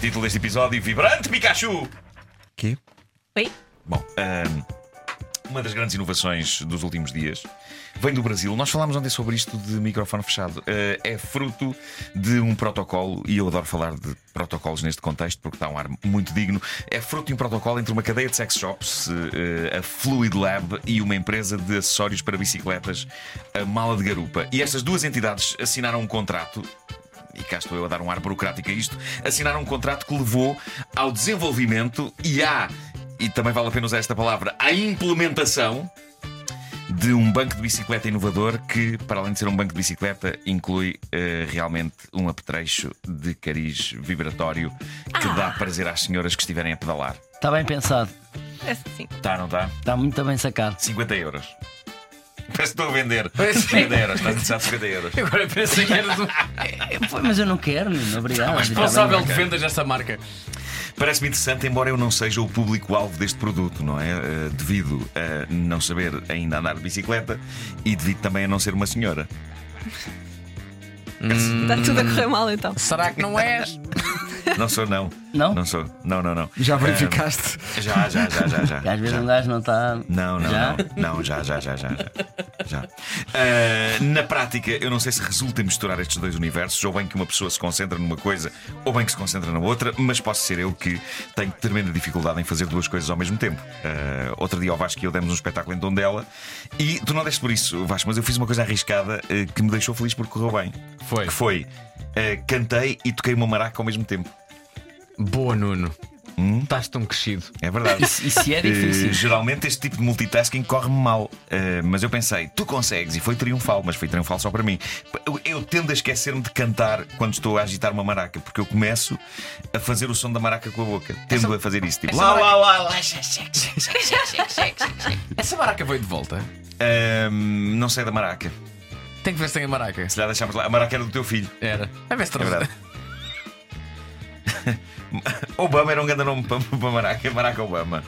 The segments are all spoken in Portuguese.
título deste episódio: Vibrante Pikachu! Quê? Oi? Bom, ahm, uma das grandes inovações dos últimos dias vem do Brasil. Nós falámos ontem sobre isto de microfone fechado. Ah, é fruto de um protocolo, e eu adoro falar de protocolos neste contexto porque dá um ar muito digno. É fruto de um protocolo entre uma cadeia de sex shops, eh, a Fluid Lab, e uma empresa de acessórios para bicicletas, a Mala de Garupa. E estas duas entidades assinaram um contrato e cá estou eu a dar um ar burocrático a isto, assinaram um contrato que levou ao desenvolvimento e à, e também vale a pena usar esta palavra, à implementação de um banco de bicicleta inovador que, para além de ser um banco de bicicleta, inclui eh, realmente um apetrecho de cariz vibratório que dá prazer às senhoras que estiverem a pedalar. Está Tá bem pensado. É assim. Tá, não tá? Está muito bem sacado. 50 euros. Parece que estou a vender. 50 euros, estás a precisar de 50 euros. Agora pensei que eras o Foi, mas eu não quero, Nuno. Obrigado. é um responsável de vendas desta marca. Parece-me interessante, embora eu não seja o público-alvo deste produto, não é? Eh, devido a não saber ainda andar de bicicleta e devido também a não ser uma senhora. Está tudo a correr mal então. Será que não é? és? Não sou, não. Não? Não sou. Não, não, não. Já verificaste? Eh, já, já, já, já. já. Que às vezes Já. um gajo não está. Não, não, Já? não, não, já, já, já, já, já. já. Ah, na prática, eu não sei se resulta misturar estes dois universos, ou bem que uma pessoa se concentra numa coisa, ou bem que se concentra na outra, mas posso ser eu que tenho tremenda dificuldade em fazer duas coisas ao mesmo tempo. Ah, outro dia ao Vasco e eu demos um espetáculo em Tondela e tu não deste por isso, Vasco, mas eu fiz uma coisa arriscada eh, que me deixou feliz porque correu bem. Foi. Que foi, ah, cantei e toquei uma maraca ao mesmo tempo. Boa, Nuno. Hum? Estás tão crescido. É verdade. Isso, isso é difícil. Eh, geralmente este tipo de multitasking corre-me mal. Eh, mas eu pensei, tu consegues, e foi triunfal, mas foi triunfal só para mim. Eu, eu tendo a esquecer-me de cantar quando estou a agitar uma maraca, porque eu começo a fazer o som da maraca com a boca. Tendo a fazer isso, tipo. Lá, lá, lá. Essa maraca veio de volta. Ehm, não sei da maraca. Tem que ver se tem a maraca. Se já deixámos lá. A maraca era do teu filho. Era. A ver se É trouxe. verdade. Obama era um grande nome para, para Maraca, Maraca Obama.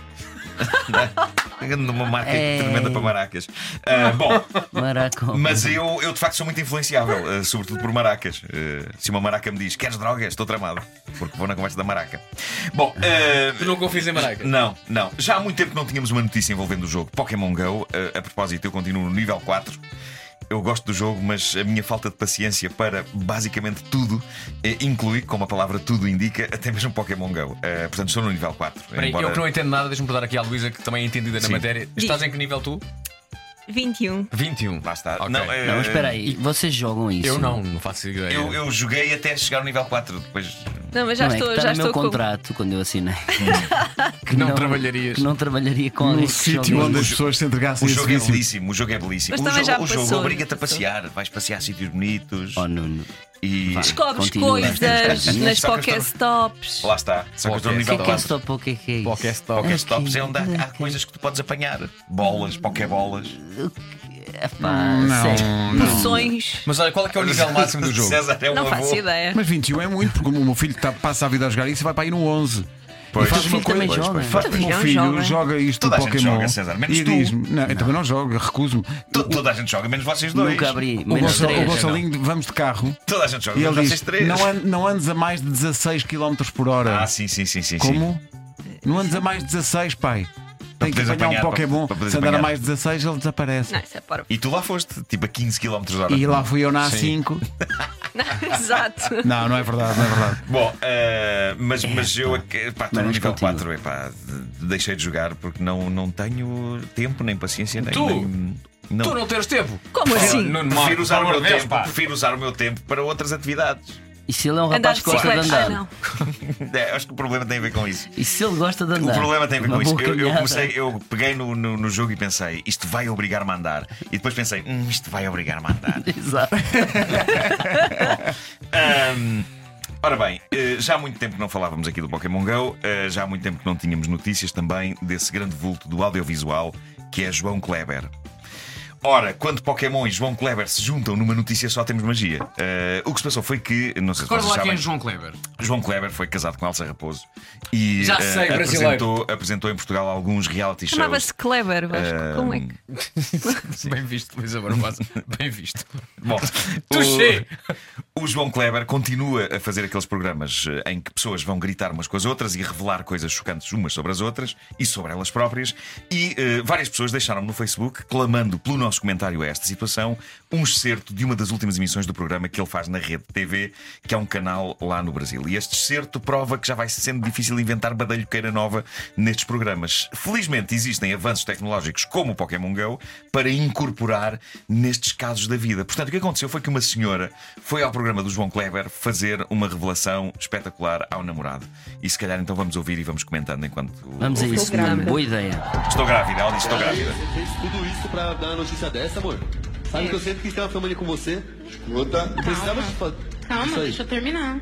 Um grande nome, Uma marca É. tremenda para maracas. Ah, bom, Maracó. Mas eu, eu de facto sou muito influenciável, eh, sobretudo por maracas. Eh, se uma maraca me diz queres drogas, estou tramado, porque vou na conversa da maraca. Bom, eh, Tu não confias em maraca? não, não. Já há muito tempo que não tínhamos uma notícia envolvendo o jogo Pokémon Go. Eh, a propósito, eu continuo no nível 4. Eu gosto do jogo, mas a minha falta de paciência para basicamente tudo eh, inclui, como a palavra tudo indica, até mesmo Pokémon Go. Eh, portanto, estou no nível 4. Peraí, embora- eu que não entendo nada, deixa-me dar aqui à Luísa, que também é entendida na Sim. matéria. Estás em que nível tu? 21. 21. Lá está. Ok. Não, eh, Não, mas espera aí. Vocês jogam isso? é Eu não, não faço ideia. eu, eu joguei até chegar ao nível 4, depois Não, mas já Não é, estou, que está já no estou meu com. contrato quando eu assinei. É que não, trabalharias. Que não trabalharia com alguém No que Um sítio joga onde isso. as pessoas se é entregassem O a jogo é esse vício. belíssimo, o jogo é belíssimo. Mas o também jogo, já o jogo passou, obriga-te a já passou. passear, vais passear a sítios bonitos Oh, Nuno. e. Descobres Continua. coisas Continua. nas Só que eu Pokéstops. Lá está, só que eu estou no Ok, nível O que é que 4. stop? O que é que é isso? Pokéstop. Pokéstops é onde há, há coisas que tu podes apanhar: bolas, pokébolas. Pá, sério. Poções. Mas olha, qual é que é o nível máximo do jogo? César é um Não avô. faço ideia. Mas 21 é muito, porque o meu filho tá- passa a vida a jogar isso e vai para ir no 11. Pois, E faz uma filho também coisa. joga. Faz, Também o meu não filho joga. joga, isto Toda a do gente Pokémon. joga, César, menos e tu. diz-me: Não, eu também não jogo, recuso-me. To- Toda a gente joga, menos vocês dois. Nunca abri. O, Menos Gonçalo- o três. Gonçalinho, de- vamos de carro. Toda a gente joga, E menos ele vocês diz: três. não, é an- não andes a mais de 16 km por hora. Ah, sim, sim, sim, sim. sim. Como? Não andes a mais 16, pai. Tem que poderes apanhar um apanhar, Pokémon. para- para poderes Se andar a apanhar. mais 16, ele desaparece. Não, isso é porco. E tu lá foste, tipo a 15 km hora. E lá fui eu na A5. Exato. Não, não é verdade, não é verdade. Bom, eh, mas, mas eu ac- pá, estou no Mas nível continua. 4, epá, de- deixei de jogar porque não, não tenho tempo, nem paciência, nem. Tu? nem- não. Tu não tens tempo? Como assim? Nuno Marco, Prefiro usar, o por meu amor de Deus, tempo, pá. prefiro usar o meu tempo para outras atividades. E se ele é um Andar rapaz de que gosta de bicicleta. Ah, andar? não. É, acho que o problema tem a ver com isso. E se ele gosta de andar? O problema tem a ver Uma com isso. boa Eu, eu caminhada. comecei, eu peguei no, no, no jogo e pensei, isto vai obrigar-me a andar. E depois pensei, hum, isto vai obrigar-me a andar. Exato. Ahm, Ora bem, eh, já há muito tempo que não falávamos aqui do Pokémon Go, eh, já há muito tempo que não tínhamos notícias também desse grande vulto do audiovisual que é João Kleber. Ora, quando Pokémon e João Kleber se juntam numa notícia só temos magia. Eh, o que se passou foi que, não sei se Recorda vocês lá quem é sabem, João Kleber. João Kleber foi casado com Elsa Raposo e Já eh, sei, brasileiro. apresentou, apresentou em Portugal alguns reality shows. Chamava-se Clever, Vasco. Como é que. Bem visto, Luísa Barbosa. Bem visto. Bom, Touché! o- O João Kleber continua a fazer aqueles programas eh, em que pessoas vão gritar umas com as outras e revelar coisas chocantes umas sobre as outras e sobre elas próprias. E eh, várias pessoas deixaram-me no Facebook clamando pelo nosso comentário a esta situação um excerto de uma das últimas emissões do programa que ele faz na rede TV, que é um canal lá no Brasil. E este excerto prova que já vai sendo difícil inventar badalhoqueira nova nestes programas. Felizmente existem avanços tecnológicos como o Pokémon Go para incorporar nestes casos da vida. Portanto, o que aconteceu foi que uma senhora foi ao programa do João Kleber fazer uma revelação espetacular ao namorado. E se calhar então vamos ouvir e vamos comentando enquanto. Vamos a isso, grávida. boa ideia. Estou grávida, ela disse estou grávida. Você fez tudo isso pra dar uma notícia dessa, amor? Sabe que eu sempre quis ter uma família com você? Escuta. Não precisava de fazer Calma, isso aí. deixa eu terminar.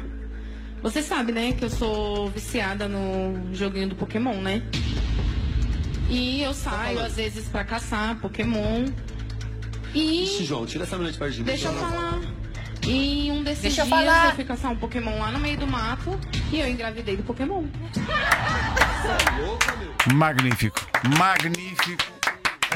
Você sabe, né, que eu sou viciada no joguinho do Pokémon, né? E Tá eu saio às vezes pra caçar Pokémon. Ixi, E João, tira essa mulher de perto de mim. deixa eu falar. E um desses Deixa eu dias falar. eu fui caçar um Pokémon lá no meio do mato e eu engravidei do Pokémon. Magnífico. Magnífico.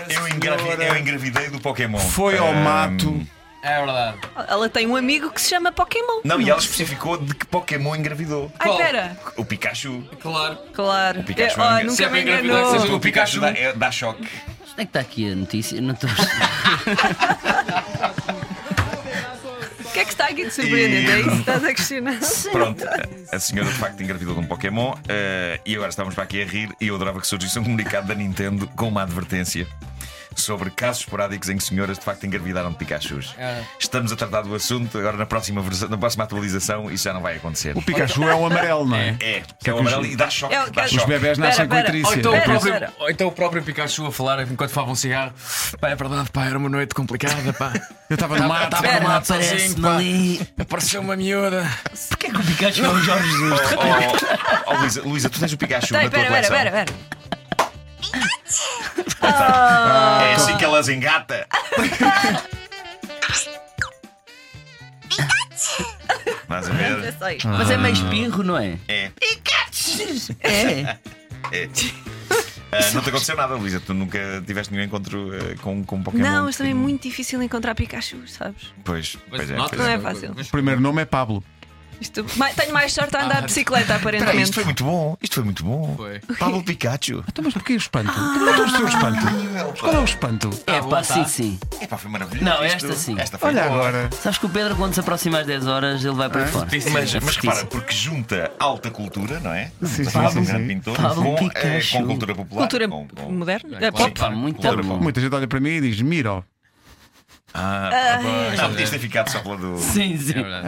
Eu engravidei, eu engravidei do Pokémon. Foi ao Ahm, mato. É verdade. Ela tem um amigo que se chama Pokémon. Não, e ela especificou de que Pokémon engravidou. Ai, pera. O Pikachu. Claro. Claro. Pikachu Eu- oh, é um- se nunca é me bem engravidado, enganou. seja O Pikachu dá, é- dá choque. Onde é que está aqui a notícia? Não estou. O que é que está aqui de surpreendente? É isso que estás a questionar? Pronto, a senhora de facto engravidou de um Pokémon eh, e agora estávamos para aqui a rir e eu adorava que surgisse um comunicado da Nintendo com uma advertência sobre casos esporádicos em que senhoras de facto engravidaram de Pikachus. Estamos a tratar do assunto, agora na próxima, versão- na próxima atualização isso já não vai acontecer. O Pikachu é o amarelo, não é? É, que é o amarelo e dá choque. É o- dá os Os choque. bebés nascem Pera, com pera. Ou tríceps. então, o Pera, próprio, pera. ou então o próprio Pikachu a falar enquanto fumava um cigarro. Pá, é verdade, pá, era uma noite complicada, pá. Eu estava no mato. Estava no mato sozinho, parece-me pá. ali. Apareceu uma miúda. Porquê que o Pikachu é o Jorge Jesus? Oh, oh, oh, Luísa, Luísa, tu tens o Pikachu Tem, na tua pera, pera, coleção. pera, pera. É assim que elas engata. Estás a É ver? só isto. Mas é meio espirro, não é? É. É. É, Ah, não te aconteceu nada, Luísa. Tu nunca tiveste nenhum encontro ah, com, com um Pokémon. Não, mas também é que- muito difícil encontrar Pikachu, sabes? Pois, pois é. nota- Pois Não é. é fácil. O primeiro nome é Pablo. Isto- Ma- Tenho mais sorte a andar de bicicleta, Ah, Espera aí, isto aparentemente. foi muito bom. Isto foi muito bom. Foi. Pablo Pikachu. Então, mas porquê o espanto? Não estou o seu espanto. Mas Qual é o espanto? É pá, sim, sim. Epá, foi maravilhoso. Não, isto. esta sim. Esta foi Olha boa. agora. Sabes que o Pedro, quando se aproxima às 10 horas, ele vai para fora. Mas, mas Fortíssimo. repara, porque junta alta cultura, não é? Sim, Estamos a falar sim, de um sim, grande sim. pintor Pablo com, eh, Pikachu. com cultura popular. Cultura com- com- moderna? É Sim, pop? claro, muito cultura bom. pop. Muita gente olha para mim e diz: Miro. Ah, não, podias ter ficado só pela do. Sim, sim. verdade.